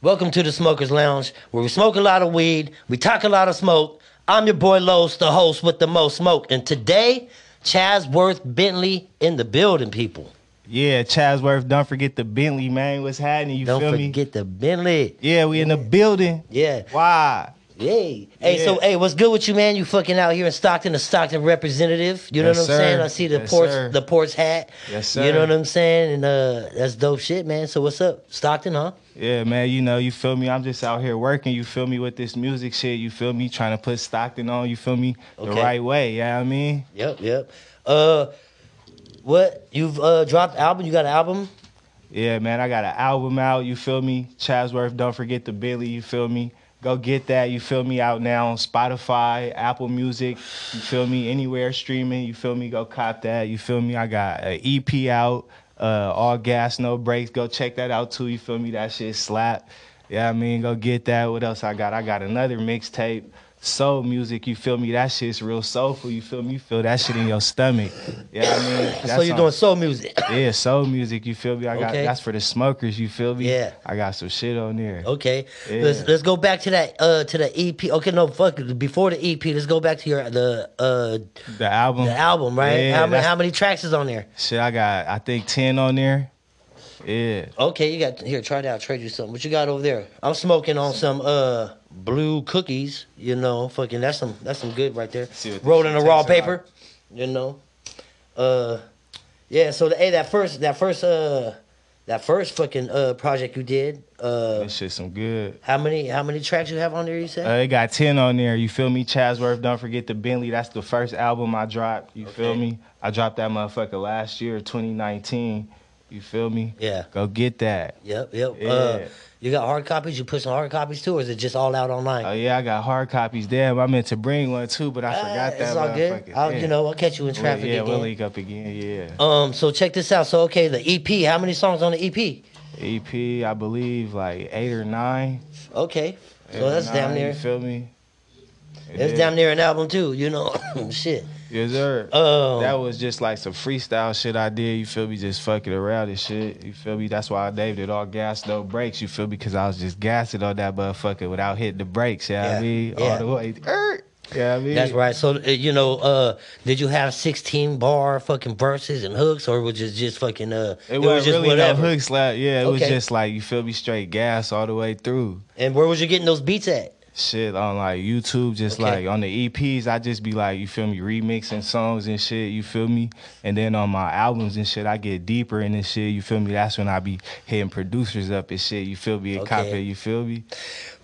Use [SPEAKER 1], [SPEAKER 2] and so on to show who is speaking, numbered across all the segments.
[SPEAKER 1] Welcome to the Smokers Lounge, where we smoke a lot of weed, we talk a lot of smoke. I'm your boy Los, the host with the most smoke, and today, Chasworth Bentley in the building, people.
[SPEAKER 2] Yeah, Chasworth, don't forget the Bentley, man. What's happening? You
[SPEAKER 1] Don't
[SPEAKER 2] feel me?
[SPEAKER 1] forget the Bentley.
[SPEAKER 2] Yeah, we in the building.
[SPEAKER 1] Yeah.
[SPEAKER 2] Why?
[SPEAKER 1] Yay. Hey, so
[SPEAKER 2] Yeah.
[SPEAKER 1] hey, what's good with you, man? You fucking out here in Stockton, a Stockton representative. You know
[SPEAKER 2] Yes,
[SPEAKER 1] what I'm saying?
[SPEAKER 2] sir.
[SPEAKER 1] I see the
[SPEAKER 2] Yes,
[SPEAKER 1] ports
[SPEAKER 2] sir.
[SPEAKER 1] the ports hat.
[SPEAKER 2] Yes,
[SPEAKER 1] You know
[SPEAKER 2] sir.
[SPEAKER 1] what I'm saying? And uh that's dope shit, man. So what's up? Stockton, huh?
[SPEAKER 2] Yeah, man, you know, you feel me? I'm just out here working, you feel me, with this music shit, you feel me? Trying to put Stockton on, you feel me?
[SPEAKER 1] Okay.
[SPEAKER 2] The right way, yeah, I mean?
[SPEAKER 1] Yep, yep. Uh what? You've uh dropped album, you got an album?
[SPEAKER 2] Yeah, man, I got an album out, you feel me? Chasworth, don't forget the Bentley, you feel me? Go get that, you feel me, out now on Spotify, Apple Music, you feel me, anywhere streaming, you feel me, go cop that, you feel me? I got an EP out, uh, all gas, no brakes, go check that out too, you feel me? That shit slap. Yeah, I mean, go get that. What else I got? I got another mixtape, soul music, you feel me? That shit's real soulful, you feel me? You feel that shit in your stomach. Yeah, I mean,
[SPEAKER 1] so
[SPEAKER 2] that's
[SPEAKER 1] you're
[SPEAKER 2] on-
[SPEAKER 1] doing soul music.
[SPEAKER 2] yeah, soul music. You feel me? I got
[SPEAKER 1] Okay.
[SPEAKER 2] that's for the smokers. You feel me?
[SPEAKER 1] Yeah. Oh.
[SPEAKER 2] I got some shit on there.
[SPEAKER 1] Okay,
[SPEAKER 2] Yeah.
[SPEAKER 1] let's let's go back to that uh to the EP. Okay, no fuck. it. Before the EP, let's go back to your the uh
[SPEAKER 2] The album.
[SPEAKER 1] the album, right?
[SPEAKER 2] Mm. Yeah,
[SPEAKER 1] how many
[SPEAKER 2] that's-
[SPEAKER 1] how many tracks is on there?
[SPEAKER 2] Shit, I got I think ten on there. Yeah.
[SPEAKER 1] Okay, you got here. Try it out. Trade you something. What you got over there? I'm smoking on some uh blue cookies. You know, fucking that's some that's some good right there.
[SPEAKER 2] See what this
[SPEAKER 1] Rolled in a
[SPEAKER 2] shit
[SPEAKER 1] raw
[SPEAKER 2] tastes
[SPEAKER 1] paper. You know, uh, yeah. So the, hey, that first that first uh that first fucking uh project you did uh
[SPEAKER 2] That shit some good.
[SPEAKER 1] how many how many tracks you have on there? You said
[SPEAKER 2] Mm. Uh, it got ten on there. You feel me? Chasworth, don't forget the Bentley. That's the first album I dropped. You feel
[SPEAKER 1] Okay.
[SPEAKER 2] me? I dropped that motherfucker last year, 2019. You feel me?
[SPEAKER 1] yeah.
[SPEAKER 2] Go get that.
[SPEAKER 1] Yep, yep. Uh,
[SPEAKER 2] Yeah.
[SPEAKER 1] you got hard copies? You put some hard copies too, or is it just all out online?
[SPEAKER 2] Oh yeah, I got hard copies. Damn, I meant to bring one too, but I
[SPEAKER 1] Ah,
[SPEAKER 2] forgot that
[SPEAKER 1] It's all good.
[SPEAKER 2] motherfucker.
[SPEAKER 1] I'll,
[SPEAKER 2] Damn.
[SPEAKER 1] you know, I'll catch you in
[SPEAKER 2] We'll-
[SPEAKER 1] traffic
[SPEAKER 2] yeah, we'll
[SPEAKER 1] again.
[SPEAKER 2] link up again. Yeah.
[SPEAKER 1] um, so check this out. So okay, the EP. How many songs on the E EP?
[SPEAKER 2] EP, E I believe, like eight or nine.
[SPEAKER 1] Okay,
[SPEAKER 2] Eight
[SPEAKER 1] so
[SPEAKER 2] or
[SPEAKER 1] that's damn
[SPEAKER 2] nine,
[SPEAKER 1] near.
[SPEAKER 2] You feel me?
[SPEAKER 1] That's damn near an album too. You know, shit.
[SPEAKER 2] Yes, sir.
[SPEAKER 1] Um,
[SPEAKER 2] that was just like some freestyle shit I did. You feel me? Just fucking around and shit. You feel me? That's why I named it all gas, no brakes. You feel me? Because I was just gassing on that motherfucker without hitting the brakes. Yeah,
[SPEAKER 1] Yeah,
[SPEAKER 2] I mean,
[SPEAKER 1] yeah.
[SPEAKER 2] all the way. Er, yeah, I mean,
[SPEAKER 1] that's right. So uh, you know, uh, did you have sixteen bar fucking verses and hooks, or was it just fucking uh?
[SPEAKER 2] It, was just really no hook slap. Yeah, it was
[SPEAKER 1] Okay.
[SPEAKER 2] just like you feel me? Straight gas all the way through.
[SPEAKER 1] And where was you getting those beats at?
[SPEAKER 2] shit on like YouTube, just
[SPEAKER 1] Okay.
[SPEAKER 2] like on the EPs, I just be like, you feel me, remixing songs and shit, you feel me? And then on my albums and shit, I get deeper in this shit, you feel me? That's when I be hitting producers up and shit, you feel me? And
[SPEAKER 1] Okay.
[SPEAKER 2] copy, you feel me?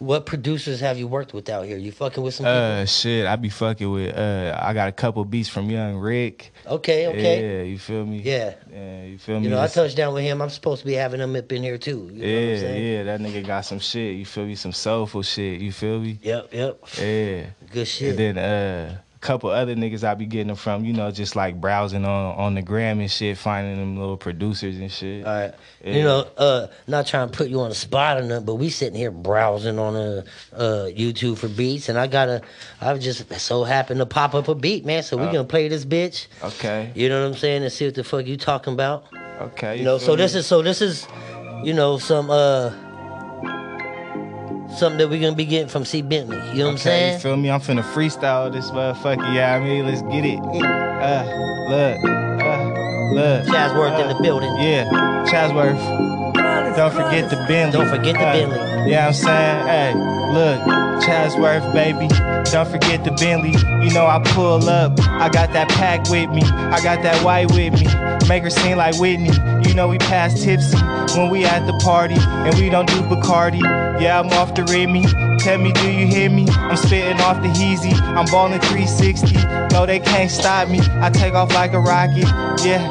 [SPEAKER 1] What producers have you worked with out here? You fucking with some people?
[SPEAKER 2] Uh shit, I be fucking with uh I got a couple beats from Young Rick.
[SPEAKER 1] okay, okay.
[SPEAKER 2] Yeah, you feel me?
[SPEAKER 1] Yeah.
[SPEAKER 2] Yeah, you feel me?
[SPEAKER 1] You know, I
[SPEAKER 2] That's-
[SPEAKER 1] touched down with him. I'm supposed to be having him up in here too. You know what I'm
[SPEAKER 2] yeah,
[SPEAKER 1] saying?
[SPEAKER 2] yeah, that nigga got some shit, you feel me? Some soulful shit, you feel me?
[SPEAKER 1] Yep, yep.
[SPEAKER 2] Yeah.
[SPEAKER 1] Good shit.
[SPEAKER 2] And then uh, a couple other niggas I be getting them from, you know, just like browsing on on the gram and shit, finding them little producers and shit.
[SPEAKER 1] All right. You
[SPEAKER 2] Yeah.
[SPEAKER 1] know, uh, not trying to put you on the spot or nothing, but we sitting here browsing on uh, uh, YouTube for beats, and I got to I was just so happened to pop up a beat, man. So we
[SPEAKER 2] Uh.
[SPEAKER 1] gonna play this bitch.
[SPEAKER 2] Okay.
[SPEAKER 1] You know what I'm saying? And see what the fuck you talking about.
[SPEAKER 2] Okay.
[SPEAKER 1] You know.
[SPEAKER 2] feel
[SPEAKER 1] So
[SPEAKER 2] me?
[SPEAKER 1] this is so this is, you know, some uh, something that we gonna be getting from C Bentley. You know what I'm
[SPEAKER 2] Okay,
[SPEAKER 1] saying?
[SPEAKER 2] you feel me? I'm finna freestyle this motherfucker. Yeah, I mean, let's get it. Uh, look, uh, look.
[SPEAKER 1] Chasworth in
[SPEAKER 2] uh,
[SPEAKER 1] the building.
[SPEAKER 2] Yeah, Chasworth. Don't forget the Bentley.
[SPEAKER 1] Don't forget the
[SPEAKER 2] Uh,
[SPEAKER 1] Bentley.
[SPEAKER 2] Yeah, I'm saying, hey, look, Chasworth, baby. Don't forget the Bentley. You know I pull up. I got that pack with me. I got that white with me. Make her seem like Whitney. You know we pass tipsy when we at the party, and we don't do Bacardi. Yeah, I'm off the Remy. Tell me, do you hear me? I'm spitting off the Heezy. I'm balling 360. No, they can't stop me. I take off like a rocket. Yeah,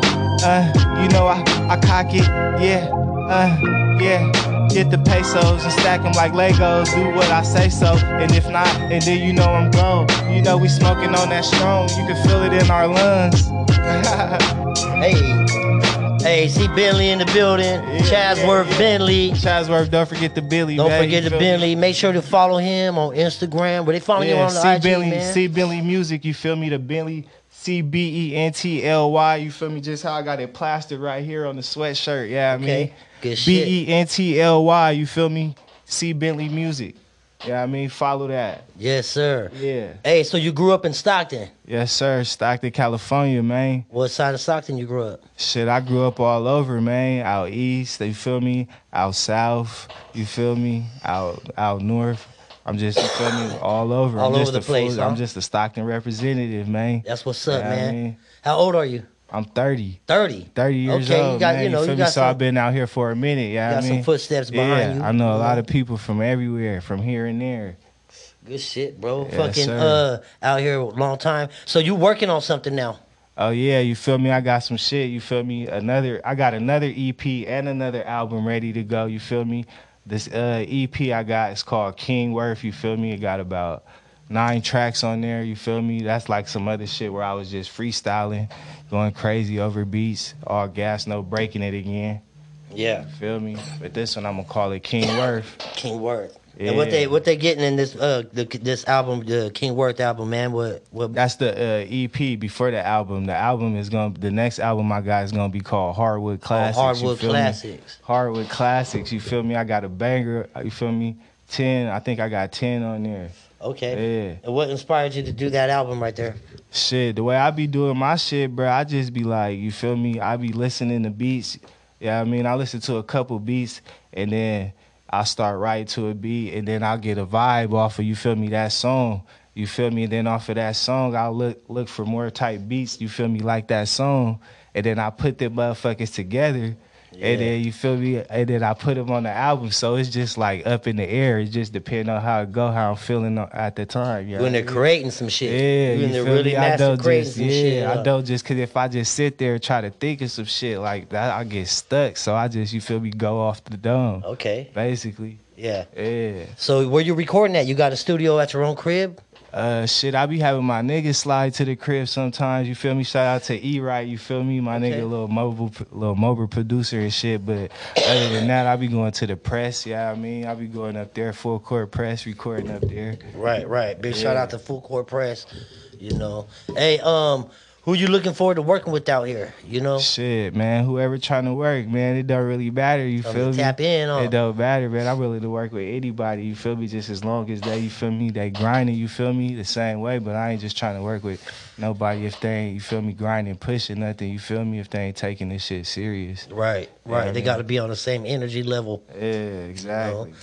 [SPEAKER 2] uh, you know I, I cock it. Yeah, uh, yeah. Get the pesos and stack them like Legos. Do what I say so. And if not, and then you know I'm gone. You know we smoking on that strong. You can feel it in our lungs.
[SPEAKER 1] Hey, hey, see Bentley in the building.
[SPEAKER 2] yeah,
[SPEAKER 1] Chasworth
[SPEAKER 2] yeah.
[SPEAKER 1] Bentley.
[SPEAKER 2] Chasworth, don't forget the Billy.
[SPEAKER 1] Don't
[SPEAKER 2] man. You
[SPEAKER 1] forget the
[SPEAKER 2] feel me?
[SPEAKER 1] Bentley. Make sure to follow him on Instagram. Where they follow you
[SPEAKER 2] Yeah,
[SPEAKER 1] on the
[SPEAKER 2] C
[SPEAKER 1] IG,
[SPEAKER 2] Bentley,
[SPEAKER 1] man.
[SPEAKER 2] C Bentley Music. You feel me? The Bentley. C B E N T L Y. You feel me? Just how I got it plastered right here on the sweatshirt. Yeah, I
[SPEAKER 1] Okay,
[SPEAKER 2] mean.
[SPEAKER 1] good shit.
[SPEAKER 2] B E N T L Y. You feel me? C Bentley Music. Yeah, I mean, follow that.
[SPEAKER 1] Yes, sir.
[SPEAKER 2] Yeah.
[SPEAKER 1] Hey, so you grew up in Stockton.
[SPEAKER 2] Yes, sir. Stockton, California, man.
[SPEAKER 1] What side of Stockton you grew up?
[SPEAKER 2] Shit, I grew up all over, man. Out east, you feel me? Out south, you feel me? Out out north. I'm just, you feel me? All over.
[SPEAKER 1] All
[SPEAKER 2] I'm
[SPEAKER 1] over
[SPEAKER 2] just
[SPEAKER 1] the
[SPEAKER 2] a
[SPEAKER 1] place,
[SPEAKER 2] full-
[SPEAKER 1] huh?
[SPEAKER 2] I'm just a Stockton representative, man.
[SPEAKER 1] That's what's up,
[SPEAKER 2] Yeah, I
[SPEAKER 1] man.
[SPEAKER 2] mean-
[SPEAKER 1] How old are you?
[SPEAKER 2] I'm 30.
[SPEAKER 1] 30.
[SPEAKER 2] 30 years
[SPEAKER 1] Okay, you
[SPEAKER 2] old,
[SPEAKER 1] got-
[SPEAKER 2] man.
[SPEAKER 1] you know, you
[SPEAKER 2] feel me?
[SPEAKER 1] got
[SPEAKER 2] So
[SPEAKER 1] some-
[SPEAKER 2] I've been out here for a minute. Yeah,
[SPEAKER 1] got
[SPEAKER 2] I
[SPEAKER 1] some
[SPEAKER 2] mean,
[SPEAKER 1] footsteps behind
[SPEAKER 2] yeah,
[SPEAKER 1] you.
[SPEAKER 2] I know a lot of people from everywhere, from here and there.
[SPEAKER 1] Good shit, bro.
[SPEAKER 2] Yeah,
[SPEAKER 1] Fucking
[SPEAKER 2] sir.
[SPEAKER 1] uh out here a long time. So you working on something now.
[SPEAKER 2] Oh yeah, you feel me? I got some shit. You feel me? Another, I got another EP and another album ready to go. You feel me? This uh, EP I got is called King Worth. You feel me? It got about nine tracks on there. You feel me? That's like some other shit where I was just freestyling, going crazy over beats, all gas, no breaking it again.
[SPEAKER 1] Yeah.
[SPEAKER 2] You feel me? But this one I'm gonna call it King Worth.
[SPEAKER 1] King Worth. And what
[SPEAKER 2] Yeah.
[SPEAKER 1] they what they getting in this uh the, this album, the King Worth album, man? What what
[SPEAKER 2] That's the uh, EP before the album. The album is gonna the next album I got is gonna be called Hardwood Classics. you
[SPEAKER 1] Oh, Hardwood
[SPEAKER 2] feel me?
[SPEAKER 1] Classics.
[SPEAKER 2] Hardwood Classics. You feel me? I got a banger. You feel me? Ten. I think I got ten on there.
[SPEAKER 1] okay.
[SPEAKER 2] Yeah.
[SPEAKER 1] And what inspired you to do that album right there?
[SPEAKER 2] Shit, the way I be doing my shit, bro, I just be like, you feel me? I be listening to beats. Yeah, I mean, I listen to a couple beats and then I start writing to a beat and then I'll get a vibe off of you feel me that song. You feel me? And then off of that song, I'll look look for more type beats, you feel me, like that song. And then I put them motherfuckers together.
[SPEAKER 1] Yeah.
[SPEAKER 2] And then you feel me? And then I put them on the album. So it's just like up in the air. It just depends on how it go, how I'm feeling uh, at the time. You
[SPEAKER 1] You
[SPEAKER 2] know
[SPEAKER 1] in
[SPEAKER 2] what I
[SPEAKER 1] there
[SPEAKER 2] mean?
[SPEAKER 1] creating some shit.
[SPEAKER 2] Yeah,
[SPEAKER 1] you in there
[SPEAKER 2] feel
[SPEAKER 1] really
[SPEAKER 2] me? I
[SPEAKER 1] master
[SPEAKER 2] don't
[SPEAKER 1] creating
[SPEAKER 2] just,
[SPEAKER 1] some
[SPEAKER 2] yeah,
[SPEAKER 1] shit.
[SPEAKER 2] I
[SPEAKER 1] up.
[SPEAKER 2] don't just cause if I just sit there and try to think of some shit like that, I get stuck. So I just you feel me go off the dome,
[SPEAKER 1] Okay.
[SPEAKER 2] basically.
[SPEAKER 1] Yeah.
[SPEAKER 2] Yeah,
[SPEAKER 1] So where you recording at? You got a studio at your own crib?
[SPEAKER 2] uh, shit. I be having my niggas slide to the crib sometimes. You feel me? Shout out to E Right. You feel me? My
[SPEAKER 1] Okay.
[SPEAKER 2] nigga, little mobile, little mobile producer and shit. But other than that, I be going to the press. Yeah, I mean, I be going up there full court press, recording up there.
[SPEAKER 1] Right, right. Big shout
[SPEAKER 2] Yeah.
[SPEAKER 1] out to Full Court Press. You know. Hey, um, who you looking forward to working with out here? You know?
[SPEAKER 2] Shit, man. Whoever trying to work, man, it don't really matter. You
[SPEAKER 1] Don't
[SPEAKER 2] feel me?
[SPEAKER 1] tap in on.
[SPEAKER 2] It don't matter, man. I'm willing to work with anybody. You feel me? Just as long as they, you feel me? They grinding. You feel me? The same way. But I ain't just trying to work with nobody if they ain't. You feel me? Grinding, pushing nothing. You feel me? If they ain't taking this shit serious.
[SPEAKER 1] Right, right.
[SPEAKER 2] Yeah,
[SPEAKER 1] they
[SPEAKER 2] man.
[SPEAKER 1] got to be on the same energy level.
[SPEAKER 2] Yeah, exactly.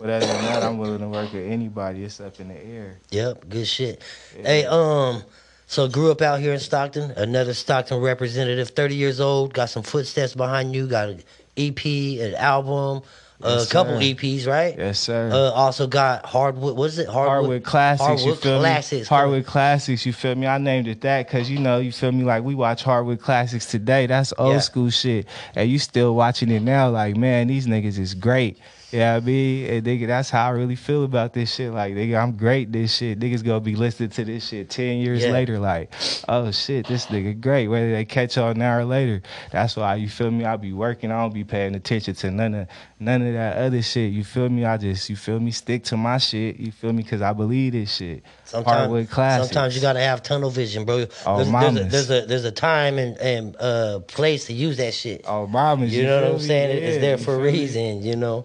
[SPEAKER 2] But other than that, I'm willing to work with anybody. It's up in the air.
[SPEAKER 1] Yep, good shit. Hey, um, so grew up out here in Stockton. Another Stockton representative, thirty years old. Got some footsteps behind you. Got an EP, an album,
[SPEAKER 2] Yes,
[SPEAKER 1] a couple
[SPEAKER 2] sir.
[SPEAKER 1] EPs, right?
[SPEAKER 2] Yes, sir.
[SPEAKER 1] Uh, also got hardwood. What is it?
[SPEAKER 2] Hardwood classics, you
[SPEAKER 1] Hardwood
[SPEAKER 2] feel me?
[SPEAKER 1] classics.
[SPEAKER 2] Hardwood classics, you feel me? I named it that because you know, you feel me? Like we watch hardwood classics today. That's old
[SPEAKER 1] Yeah.
[SPEAKER 2] school shit, and you still watching it now. Like man, these niggas is great. Yeah, I mean, and nigga, that's how I really feel about this shit. Like, nigga, I'm great. This shit, niggas gonna be listening to this shit ten years
[SPEAKER 1] Yeah.
[SPEAKER 2] later. Like, oh shit, this nigga great. Whether they catch on now or later, that's why you feel me. I be working. I don't be paying attention to none of none of that other shit. You feel me? I just you feel me. Stick to my shit. You feel me? Cause I believe this shit.
[SPEAKER 1] Sometimes,
[SPEAKER 2] Hardwood classics.
[SPEAKER 1] sometimes you gotta have tunnel vision, bro.
[SPEAKER 2] Oh,
[SPEAKER 1] there's, there's, a,
[SPEAKER 2] mamas.
[SPEAKER 1] there's a there's a time and, and uh place to use that shit.
[SPEAKER 2] Oh, mamas.
[SPEAKER 1] You know what
[SPEAKER 2] feel
[SPEAKER 1] I'm
[SPEAKER 2] me?
[SPEAKER 1] saying? It's
[SPEAKER 2] Yeah,
[SPEAKER 1] there
[SPEAKER 2] you
[SPEAKER 1] for a
[SPEAKER 2] feel me?
[SPEAKER 1] reason, you know.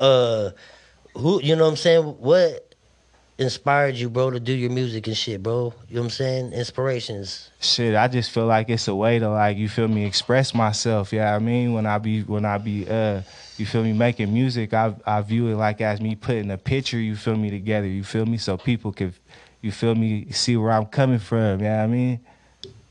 [SPEAKER 1] Uh who you know what I'm saying? What inspired you, bro, to do your music and shit, bro? You know what I'm saying? Inspirations.
[SPEAKER 2] shit i just feel like it's a way to like you feel me express myself yeah i mean when i be when i be uh you feel me making music i i view it like as me putting a picture you feel me together you feel me so people can you feel me see where i'm coming from yeah i mean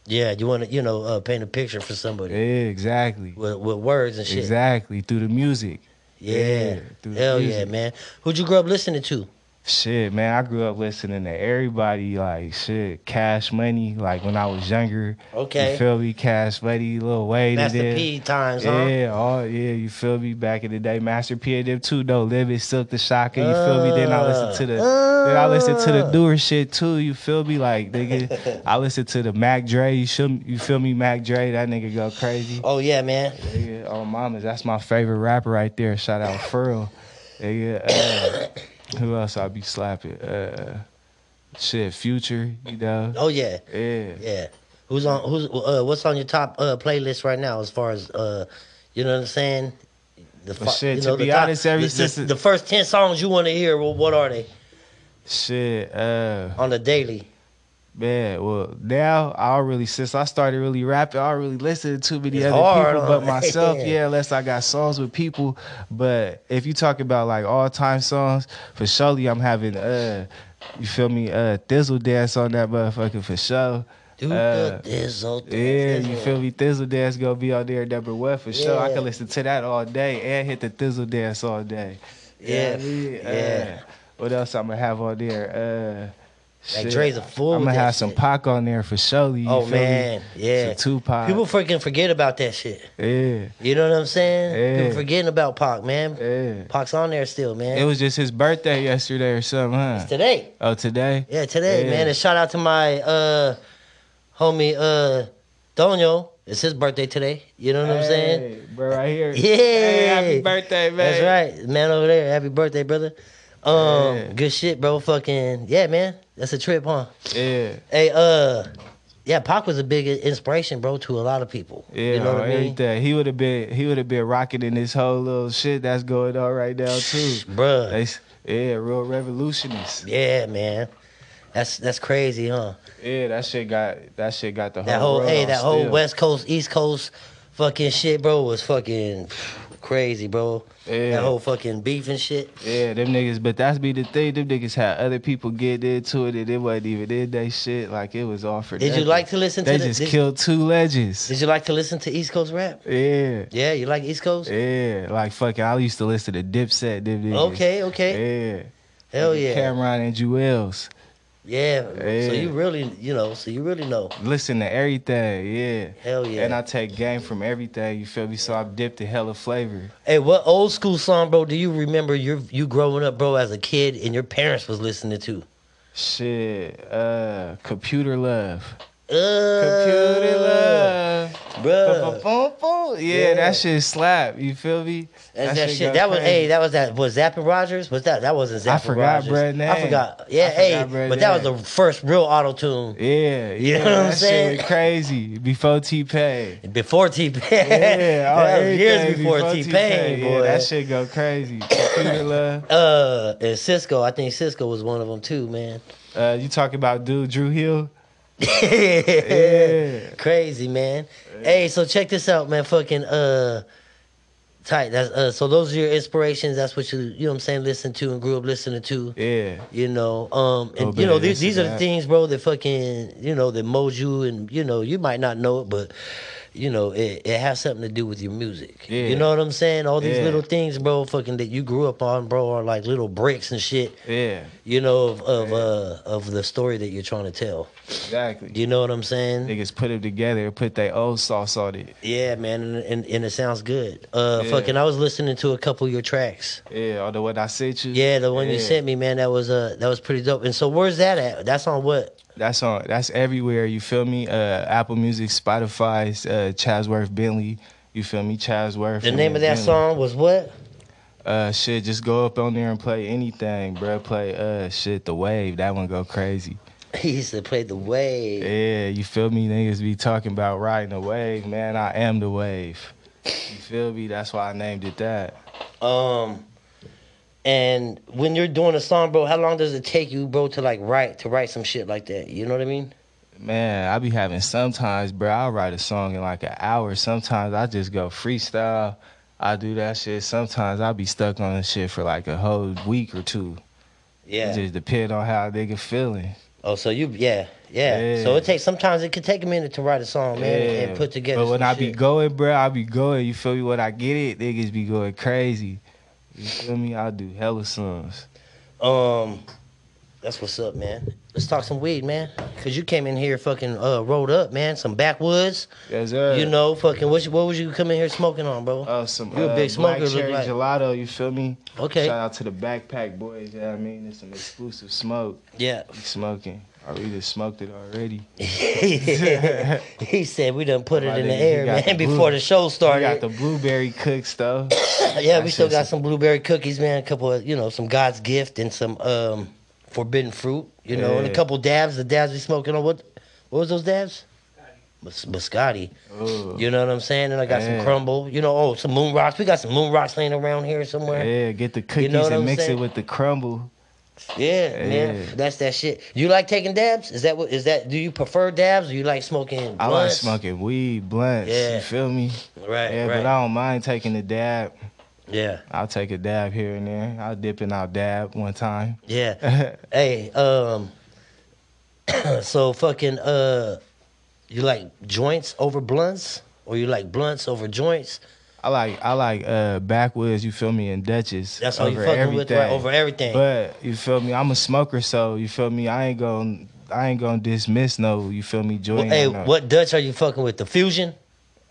[SPEAKER 1] Yeah, you wanna, you know, uh, paint a picture for
[SPEAKER 2] yeah
[SPEAKER 1] somebody
[SPEAKER 2] exactly
[SPEAKER 1] with, with words and shit.
[SPEAKER 2] exactly through the music
[SPEAKER 1] Yeah.
[SPEAKER 2] Yeah, through the
[SPEAKER 1] Hell yeah,
[SPEAKER 2] music.
[SPEAKER 1] man. Who'd you grow up listening to?
[SPEAKER 2] Shit, man, I grew up listening to everybody like shit, Cash Money, like when I was younger.
[SPEAKER 1] Okay.
[SPEAKER 2] You feel me? Cash Money, Lil Wayne. and
[SPEAKER 1] Master
[SPEAKER 2] them.
[SPEAKER 1] P times, huh?
[SPEAKER 2] Yeah, oh yeah, you feel me? Back in the day, Master P and them too, though. Living Silk the Shocker, you feel me? Then I listen to the then I listen to the newer shit too, you feel me? Like nigga, I listen to the Mac Dre, you should you feel me, Mac Dre, that nigga go crazy.
[SPEAKER 1] Oh yeah, man.
[SPEAKER 2] Nigga, oh mamas, that's my favorite rapper right there. Shout out Furl. Nigga, uh, who else I be slapping? Uh, shit, Future, you know.
[SPEAKER 1] Oh yeah.
[SPEAKER 2] Yeah.
[SPEAKER 1] Yeah. Who's on who's uh what's on your top uh playlist right now as far as uh you know what I'm saying? the
[SPEAKER 2] Well,
[SPEAKER 1] fu-
[SPEAKER 2] shit,
[SPEAKER 1] you
[SPEAKER 2] to
[SPEAKER 1] know,
[SPEAKER 2] be
[SPEAKER 1] the top-
[SPEAKER 2] honest, every
[SPEAKER 1] the, the-
[SPEAKER 2] since-
[SPEAKER 1] the first ten songs you want to hear, well, what are they
[SPEAKER 2] Shit, uh,
[SPEAKER 1] on the daily?
[SPEAKER 2] man. Well, now I don't really since I started really rapping, I don't really listen to too many
[SPEAKER 1] It's
[SPEAKER 2] other
[SPEAKER 1] hard,
[SPEAKER 2] people, but
[SPEAKER 1] huh?
[SPEAKER 2] myself.
[SPEAKER 1] Yeah.
[SPEAKER 2] yeah, unless I got songs with people. But if you talk about like all time songs, for surely I'm having uh, you feel me? Uh, Thizzle dance on that motherfucker for sure.
[SPEAKER 1] Do
[SPEAKER 2] Uh,
[SPEAKER 1] the dizzle, do
[SPEAKER 2] Yeah,
[SPEAKER 1] the
[SPEAKER 2] you
[SPEAKER 1] dizzle.
[SPEAKER 2] feel me? Thizzle dance gonna be on there number one for sure. I
[SPEAKER 1] Yeah.
[SPEAKER 2] can listen to that all day and hit the thizzle dance all day. You know
[SPEAKER 1] Yeah,
[SPEAKER 2] what I mean?
[SPEAKER 1] yeah.
[SPEAKER 2] Uh, what else I'm gonna have on there? Uh,
[SPEAKER 1] Like Dre's a fool
[SPEAKER 2] I'm
[SPEAKER 1] with
[SPEAKER 2] gonna
[SPEAKER 1] that
[SPEAKER 2] have some
[SPEAKER 1] shit.
[SPEAKER 2] Pac on there for sure. You
[SPEAKER 1] Oh
[SPEAKER 2] feel
[SPEAKER 1] man,
[SPEAKER 2] me?
[SPEAKER 1] yeah.
[SPEAKER 2] Some Tupac.
[SPEAKER 1] People freaking forget about that shit.
[SPEAKER 2] yeah,
[SPEAKER 1] You know what I'm saying?
[SPEAKER 2] Yeah.
[SPEAKER 1] People forgetting about Pac, man.
[SPEAKER 2] yeah.
[SPEAKER 1] Pac's on there still, man.
[SPEAKER 2] It was just his birthday yesterday or something, huh?
[SPEAKER 1] It's today.
[SPEAKER 2] Oh, today?
[SPEAKER 1] Yeah, today,
[SPEAKER 2] Yeah.
[SPEAKER 1] man. And shout out to my uh homie uh Donio. It's his birthday today. You know what I'm saying?
[SPEAKER 2] Hey, bro, right here.
[SPEAKER 1] Yeah.
[SPEAKER 2] Hey, happy birthday, man.
[SPEAKER 1] That's right. Man over there. Happy birthday, brother. Um,
[SPEAKER 2] Yeah.
[SPEAKER 1] good shit, bro. Fucking yeah, man. That's a trip, huh?
[SPEAKER 2] Yeah,
[SPEAKER 1] Hey, uh, yeah, Pac was a big inspiration, bro, to a lot of people.
[SPEAKER 2] yeah.
[SPEAKER 1] you know what I mean?
[SPEAKER 2] Everything. He would have been, he would have been rocketing this whole little shit that's going on right now too.
[SPEAKER 1] Bruh.
[SPEAKER 2] They, s- yeah, real revolutionists.
[SPEAKER 1] Yeah, man. That's that's crazy, huh?
[SPEAKER 2] Yeah, that shit got that shit got the whole
[SPEAKER 1] That whole
[SPEAKER 2] world
[SPEAKER 1] hey,
[SPEAKER 2] on
[SPEAKER 1] that whole
[SPEAKER 2] Oh, still.
[SPEAKER 1] West Coast, East Coast fucking shit, bro, was fucking crazy, bro.
[SPEAKER 2] Yeah.
[SPEAKER 1] That whole fucking beef and shit.
[SPEAKER 2] Yeah, them niggas. But that's be the thing. Them niggas had other people get into it, and it wasn't even in they shit. Like it was all for.
[SPEAKER 1] Did you
[SPEAKER 2] nothing.
[SPEAKER 1] like to listen to
[SPEAKER 2] They
[SPEAKER 1] the-
[SPEAKER 2] just
[SPEAKER 1] did-
[SPEAKER 2] killed two legends.
[SPEAKER 1] Did you like to listen to East Coast rap?
[SPEAKER 2] Yeah.
[SPEAKER 1] Yeah, you like East Coast?
[SPEAKER 2] Yeah, like fucking, I used to listen to Dipset, them niggas.
[SPEAKER 1] Okay, okay.
[SPEAKER 2] Yeah.
[SPEAKER 1] Hell
[SPEAKER 2] Fucking
[SPEAKER 1] yeah.
[SPEAKER 2] Cameron and Jewels.
[SPEAKER 1] Yeah. So
[SPEAKER 2] Yeah.
[SPEAKER 1] you really you know, so you really know.
[SPEAKER 2] listen to everything, yeah.
[SPEAKER 1] Hell yeah.
[SPEAKER 2] And I take game from everything, you feel me? So I'm dipped in hella flavor.
[SPEAKER 1] Hey, what old school song, bro, do you remember your you growing up, bro, as a kid and your parents was listening to?
[SPEAKER 2] Shit, uh, computer love. Computer
[SPEAKER 1] Uh,
[SPEAKER 2] love.
[SPEAKER 1] Bruh.
[SPEAKER 2] Ba-ba-boom-boom. Yeah,
[SPEAKER 1] Yeah.
[SPEAKER 2] that shit slap, you feel me?
[SPEAKER 1] That's that, shit.
[SPEAKER 2] go
[SPEAKER 1] That was
[SPEAKER 2] crazy.
[SPEAKER 1] hey. That was that. Was Zappin' Rogers? Was that? That wasn't Zappin'
[SPEAKER 2] I forgot,
[SPEAKER 1] Rogers.
[SPEAKER 2] bruh,
[SPEAKER 1] I
[SPEAKER 2] name.
[SPEAKER 1] forgot. Yeah.
[SPEAKER 2] I
[SPEAKER 1] hey,
[SPEAKER 2] forgot, bruh,
[SPEAKER 1] but that
[SPEAKER 2] name.
[SPEAKER 1] was the first real auto tune
[SPEAKER 2] Yeah, yeah,
[SPEAKER 1] know what I'm
[SPEAKER 2] that
[SPEAKER 1] saying?
[SPEAKER 2] shit went crazy before T Pain.
[SPEAKER 1] before T Pain.
[SPEAKER 2] Yeah, all
[SPEAKER 1] that was years
[SPEAKER 2] everything
[SPEAKER 1] before T Pain, boy.
[SPEAKER 2] Yeah, that shit go crazy. Computer love.
[SPEAKER 1] Uh, and Cisco. I think Cisco was one of them too, man.
[SPEAKER 2] Uh, you talking about dude Drew Hill?
[SPEAKER 1] yeah. Crazy, man. Hey, so check this out, man. Fucking uh tight. That's uh so those are your inspirations. That's what you you know what I'm saying, listen to and grew up listening to.
[SPEAKER 2] Yeah.
[SPEAKER 1] You know, um
[SPEAKER 2] Little
[SPEAKER 1] and
[SPEAKER 2] bit
[SPEAKER 1] you know,
[SPEAKER 2] of
[SPEAKER 1] these
[SPEAKER 2] this
[SPEAKER 1] these
[SPEAKER 2] and
[SPEAKER 1] are the
[SPEAKER 2] that.
[SPEAKER 1] things, bro, that fucking, you know, that mold you and you know, you might not know it, but you know, it, it has something to do with your music.
[SPEAKER 2] Yeah.
[SPEAKER 1] You know what I'm saying? All these
[SPEAKER 2] Yeah.
[SPEAKER 1] little things, bro, fucking that you grew up on, bro, are like little bricks and shit,
[SPEAKER 2] Yeah.
[SPEAKER 1] you know, of of uh of the story that you're trying to tell.
[SPEAKER 2] Exactly.
[SPEAKER 1] You know what I'm saying?
[SPEAKER 2] Niggas put it together and put their old sauce on it.
[SPEAKER 1] Yeah, man, and, and, and it sounds good. Uh,
[SPEAKER 2] Yeah.
[SPEAKER 1] fucking, I was listening to a couple of your tracks.
[SPEAKER 2] Yeah, or the one I sent you.
[SPEAKER 1] Yeah, the one you
[SPEAKER 2] Yeah.
[SPEAKER 1] sent me, man, that was uh, that was pretty dope. And so, where's that at? That's on what?
[SPEAKER 2] That's on. That's everywhere. You feel me? Uh, Apple Music, Spotify, uh, Chasworth Bentley. You feel me? Chasworth.
[SPEAKER 1] The
[SPEAKER 2] and
[SPEAKER 1] name of that
[SPEAKER 2] Bentley.
[SPEAKER 1] song was what?
[SPEAKER 2] Uh, shit, just go up on there and play anything, bruh. Play uh, shit, the wave. That one go crazy.
[SPEAKER 1] He used to play the wave.
[SPEAKER 2] Yeah, you feel me? Niggas be talking about riding the wave, man. I am the wave. You feel me? That's why I named it that.
[SPEAKER 1] Um, and when you're doing a song, bro, how long does it take you, bro, to like write to write some shit like that? You know what I mean?
[SPEAKER 2] Man, I be having sometimes, bro. I write a song in like an hour. Sometimes I just go freestyle. I do that shit. Sometimes I be stuck on this shit for like a whole week or two.
[SPEAKER 1] Yeah.
[SPEAKER 2] It just depend on how a nigga feeling.
[SPEAKER 1] oh, so you, yeah, yeah,
[SPEAKER 2] Yeah.
[SPEAKER 1] So it takes sometimes it could take a minute to write a song, Oh, man, and- and
[SPEAKER 2] Yeah.
[SPEAKER 1] put together.
[SPEAKER 2] But when
[SPEAKER 1] some
[SPEAKER 2] I be
[SPEAKER 1] shit.
[SPEAKER 2] going, bro, I be going. You feel me? When I get it, niggas be going crazy. You feel me? I do hella songs.
[SPEAKER 1] Um, that's what's up, man. Let's talk some weed, man. Cause you came in here fucking uh rolled up, man. Some backwoods,
[SPEAKER 2] Yes, sir.
[SPEAKER 1] you know, fucking. What you- what was you coming here smoking on, bro?
[SPEAKER 2] Uh, some
[SPEAKER 1] You a
[SPEAKER 2] uh,
[SPEAKER 1] big smoker,
[SPEAKER 2] black
[SPEAKER 1] look
[SPEAKER 2] cherry
[SPEAKER 1] like.
[SPEAKER 2] gelato, you feel me?
[SPEAKER 1] Okay.
[SPEAKER 2] Shout out to the backpack boys, you know what I mean? It's some exclusive smoke.
[SPEAKER 1] yeah.
[SPEAKER 2] We smoking. Or we just smoked it already.
[SPEAKER 1] he said we done put it
[SPEAKER 2] My
[SPEAKER 1] in the
[SPEAKER 2] nigga, he
[SPEAKER 1] air,
[SPEAKER 2] got
[SPEAKER 1] man.
[SPEAKER 2] the
[SPEAKER 1] before
[SPEAKER 2] blue-
[SPEAKER 1] the show
[SPEAKER 2] We got
[SPEAKER 1] started.
[SPEAKER 2] the blueberry cooks though.
[SPEAKER 1] yeah, we
[SPEAKER 2] that
[SPEAKER 1] still
[SPEAKER 2] shit's-
[SPEAKER 1] got some blueberry cookies, man. A couple of you know some God's gift and some um forbidden fruit, you know, and a
[SPEAKER 2] Yeah.
[SPEAKER 1] couple dabs. The dabs we smoking on what? What was those dabs? Bus- Biscotti.
[SPEAKER 2] Oh,
[SPEAKER 1] You know what I'm saying? And I got some crumble. You know, oh, some moon rocks. We got some moon rocks laying around here somewhere.
[SPEAKER 2] Yeah, get the cookies
[SPEAKER 1] what
[SPEAKER 2] and
[SPEAKER 1] I'm
[SPEAKER 2] mix
[SPEAKER 1] saying?
[SPEAKER 2] it with the crumble.
[SPEAKER 1] Yeah,
[SPEAKER 2] Yeah.
[SPEAKER 1] man, that's that shit. You like taking dabs? Is that what? Is that? Do you prefer dabs? Or you like smoking?
[SPEAKER 2] I like
[SPEAKER 1] blunts?
[SPEAKER 2] smoking weed, blunts.
[SPEAKER 1] Yeah.
[SPEAKER 2] You feel me?
[SPEAKER 1] Right,
[SPEAKER 2] Yeah,
[SPEAKER 1] right.
[SPEAKER 2] but I don't mind taking a dab.
[SPEAKER 1] yeah,
[SPEAKER 2] I'll take a dab here and there. I'll dip and I'll dab one time.
[SPEAKER 1] yeah. hey, um, so fucking uh, you like joints over blunts, or you like blunts over joints?
[SPEAKER 2] I like I like uh backwoods, you feel me, and Dutchess.
[SPEAKER 1] That's all you fucking with, right? Over everything.
[SPEAKER 2] But you feel me, I'm a smoker, so you feel me, I ain't gonna I ain't gonna dismiss no, you feel me,
[SPEAKER 1] Well,
[SPEAKER 2] joint.
[SPEAKER 1] hey,
[SPEAKER 2] no.
[SPEAKER 1] what Dutch are you fucking with? The fusion?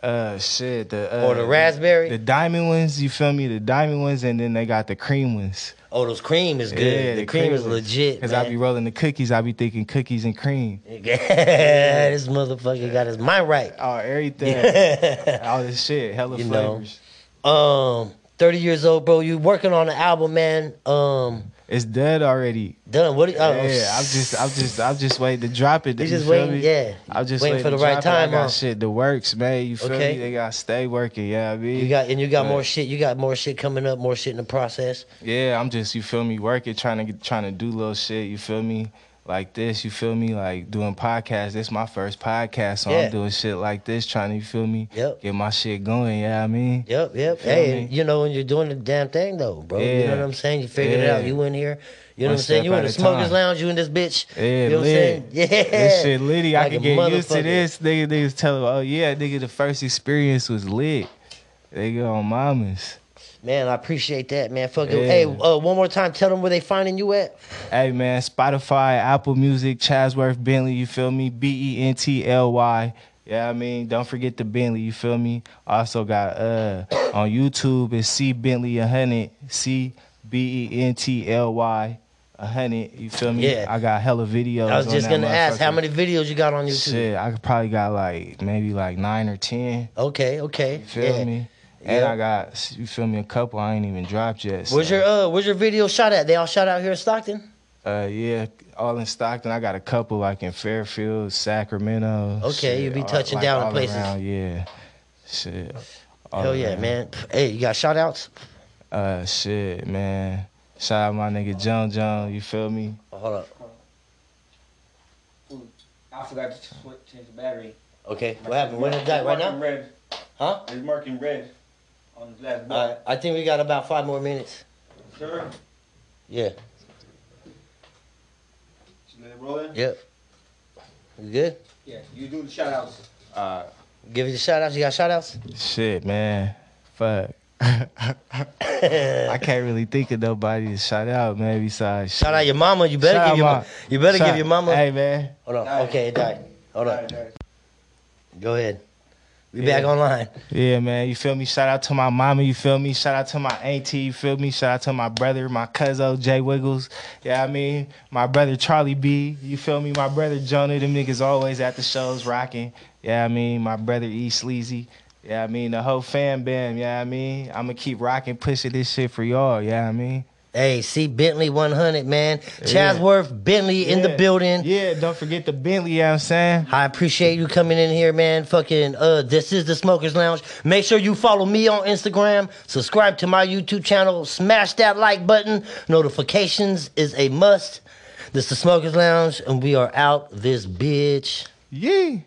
[SPEAKER 2] Uh, shit. The uh,
[SPEAKER 1] Or the raspberry?
[SPEAKER 2] the, diamond ones. You feel me? The diamond ones, and then they got the cream ones.
[SPEAKER 1] Oh, those cream is good. the, cream, is legit.
[SPEAKER 2] Cause
[SPEAKER 1] man.
[SPEAKER 2] I be rolling the cookies. I be thinking cookies and cream.
[SPEAKER 1] yeah, this motherfucker got his mind right.
[SPEAKER 2] Oh, everything. All this shit. Hella
[SPEAKER 1] You know.
[SPEAKER 2] flavors.
[SPEAKER 1] Um, 30 years old, bro. You working on an album, man. Um,
[SPEAKER 2] It's dead already.
[SPEAKER 1] done. What?
[SPEAKER 2] Yeah,
[SPEAKER 1] oh,
[SPEAKER 2] I'm just, I'm just, I'm just waiting to drop it.
[SPEAKER 1] You just
[SPEAKER 2] feel
[SPEAKER 1] waiting-
[SPEAKER 2] me?
[SPEAKER 1] yeah.
[SPEAKER 2] I'm just
[SPEAKER 1] Waiting
[SPEAKER 2] waiting,
[SPEAKER 1] for
[SPEAKER 2] to
[SPEAKER 1] the right
[SPEAKER 2] drop it. I
[SPEAKER 1] time,
[SPEAKER 2] got
[SPEAKER 1] huh?
[SPEAKER 2] shit. The works, man. You feel
[SPEAKER 1] Okay.
[SPEAKER 2] me? They gotta stay working. Yeah, I mean,
[SPEAKER 1] You got and you got more
[SPEAKER 2] Right.
[SPEAKER 1] shit. You got more shit coming up. More shit in the process.
[SPEAKER 2] Yeah, I'm just you feel me working, trying to trying to do little shit. You feel me like this. You feel me like doing podcasts. This my first podcast, so
[SPEAKER 1] Yeah.
[SPEAKER 2] I'm doing shit like this, trying to you feel me
[SPEAKER 1] Yep.
[SPEAKER 2] get my shit going. Yeah, I mean
[SPEAKER 1] Yep, yep.
[SPEAKER 2] Feel
[SPEAKER 1] hey,
[SPEAKER 2] me?
[SPEAKER 1] you know, and you're doing the damn thing though, bro. You know
[SPEAKER 2] Yeah.
[SPEAKER 1] what I'm saying? You figured it
[SPEAKER 2] Yeah.
[SPEAKER 1] out. You in here. You know
[SPEAKER 2] One
[SPEAKER 1] what I'm saying?
[SPEAKER 2] step
[SPEAKER 1] You in
[SPEAKER 2] at
[SPEAKER 1] the
[SPEAKER 2] a
[SPEAKER 1] smokers
[SPEAKER 2] time.
[SPEAKER 1] lounge. You in this bitch.
[SPEAKER 2] Yeah,
[SPEAKER 1] you know what I'm
[SPEAKER 2] lit.
[SPEAKER 1] saying? Yeah.
[SPEAKER 2] This shit litty. I
[SPEAKER 1] Like
[SPEAKER 2] can
[SPEAKER 1] a
[SPEAKER 2] get used to
[SPEAKER 1] motherfucker.
[SPEAKER 2] this. Nigga, niggas tell them, oh yeah, nigga, the first experience was lit. They go on mamas.
[SPEAKER 1] Man, I appreciate that, man. Fucking
[SPEAKER 2] Yeah.
[SPEAKER 1] hey, uh, one more time, tell them where they finding you at.
[SPEAKER 2] Hey man, Spotify, Apple Music, Chasworth Bentley, you feel me? B E N T L Y. Yeah, I mean, don't forget the Bentley, you feel me? Also got uh on YouTube it's C Bentley a hundred, C B E N T L Y a hundred, you feel me?
[SPEAKER 1] Yeah.
[SPEAKER 2] I got hella videos.
[SPEAKER 1] I was
[SPEAKER 2] on
[SPEAKER 1] just
[SPEAKER 2] that
[SPEAKER 1] gonna ask how
[SPEAKER 2] motherfucker.
[SPEAKER 1] many videos you got on YouTube.
[SPEAKER 2] Shit, I could probably got like maybe like nine or ten.
[SPEAKER 1] Okay, okay.
[SPEAKER 2] You feel
[SPEAKER 1] yeah.
[SPEAKER 2] me? And
[SPEAKER 1] Yeah.
[SPEAKER 2] I got you feel me a couple I ain't even dropped yet.
[SPEAKER 1] Where's
[SPEAKER 2] so.
[SPEAKER 1] your uh where's your video shot at? They all shot out here in Stockton?
[SPEAKER 2] Uh, yeah, all in Stockton. I got a couple like in Fairfield, Sacramento.
[SPEAKER 1] Okay,
[SPEAKER 2] shit,
[SPEAKER 1] you be
[SPEAKER 2] all-
[SPEAKER 1] touching down in
[SPEAKER 2] all
[SPEAKER 1] places.
[SPEAKER 2] around, yeah, shit. all
[SPEAKER 1] Hell yeah,
[SPEAKER 2] around.
[SPEAKER 1] man. Pff, Hey, you got shout outs?
[SPEAKER 2] Uh, shit, man. Shout out my nigga John John. You feel me?
[SPEAKER 1] Hold up.
[SPEAKER 3] I forgot to sw- change the battery.
[SPEAKER 1] Okay. What happened? When it died right
[SPEAKER 3] Marking
[SPEAKER 1] now?
[SPEAKER 3] Red.
[SPEAKER 1] Huh?
[SPEAKER 3] It's marking red on the last
[SPEAKER 1] All right.
[SPEAKER 3] block.
[SPEAKER 1] I think we got about five more minutes.
[SPEAKER 3] Sure.
[SPEAKER 1] Yeah.
[SPEAKER 3] Should let it roll in?
[SPEAKER 1] Yep. You good?
[SPEAKER 3] Yeah. You do the shout outs.
[SPEAKER 2] Uh,
[SPEAKER 1] Give you the shout outs. You got shout outs?
[SPEAKER 2] shit, man. Fuck. I can't really think of nobody to shout out, man. Besides,
[SPEAKER 1] Shout out your mama. You better
[SPEAKER 2] Shout
[SPEAKER 1] give your
[SPEAKER 2] out
[SPEAKER 1] mom. you better give
[SPEAKER 2] shout-
[SPEAKER 1] your mama.
[SPEAKER 2] Hey, man.
[SPEAKER 1] Hold on.
[SPEAKER 3] Died.
[SPEAKER 1] Okay, it died. Hold on.
[SPEAKER 3] Alright, alright.
[SPEAKER 1] Go ahead. We
[SPEAKER 2] Yeah.
[SPEAKER 1] back online.
[SPEAKER 2] Yeah, man, you feel me? Shout out to my mama, you feel me? Shout out to my auntie, you feel me? Shout out to my brother, my cousin, Jay Wiggles. Yeah, I mean, my brother Charlie B, you feel me? My brother Jonah, them niggas always at the shows rocking. Yeah, I mean, my brother E Sleazy. Yeah, I mean, the whole fan bam, yeah, I mean, I'ma keep rocking, pushing this shit for y'all, yeah, I mean.
[SPEAKER 1] Hey, C Bentley 100, man.
[SPEAKER 2] Yeah.
[SPEAKER 1] Chasworth Bentley in the
[SPEAKER 2] Yeah.
[SPEAKER 1] building.
[SPEAKER 2] Yeah, don't forget the Bentley, you know what I'm saying?
[SPEAKER 1] I appreciate you coming in here, man. Fucking, uh, this is the Smokers Lounge. Make sure you follow me on Instagram. Subscribe to my YouTube channel. Smash that like button. Notifications is a must. This is the Smokers Lounge, and we are out this bitch.
[SPEAKER 2] Yeah.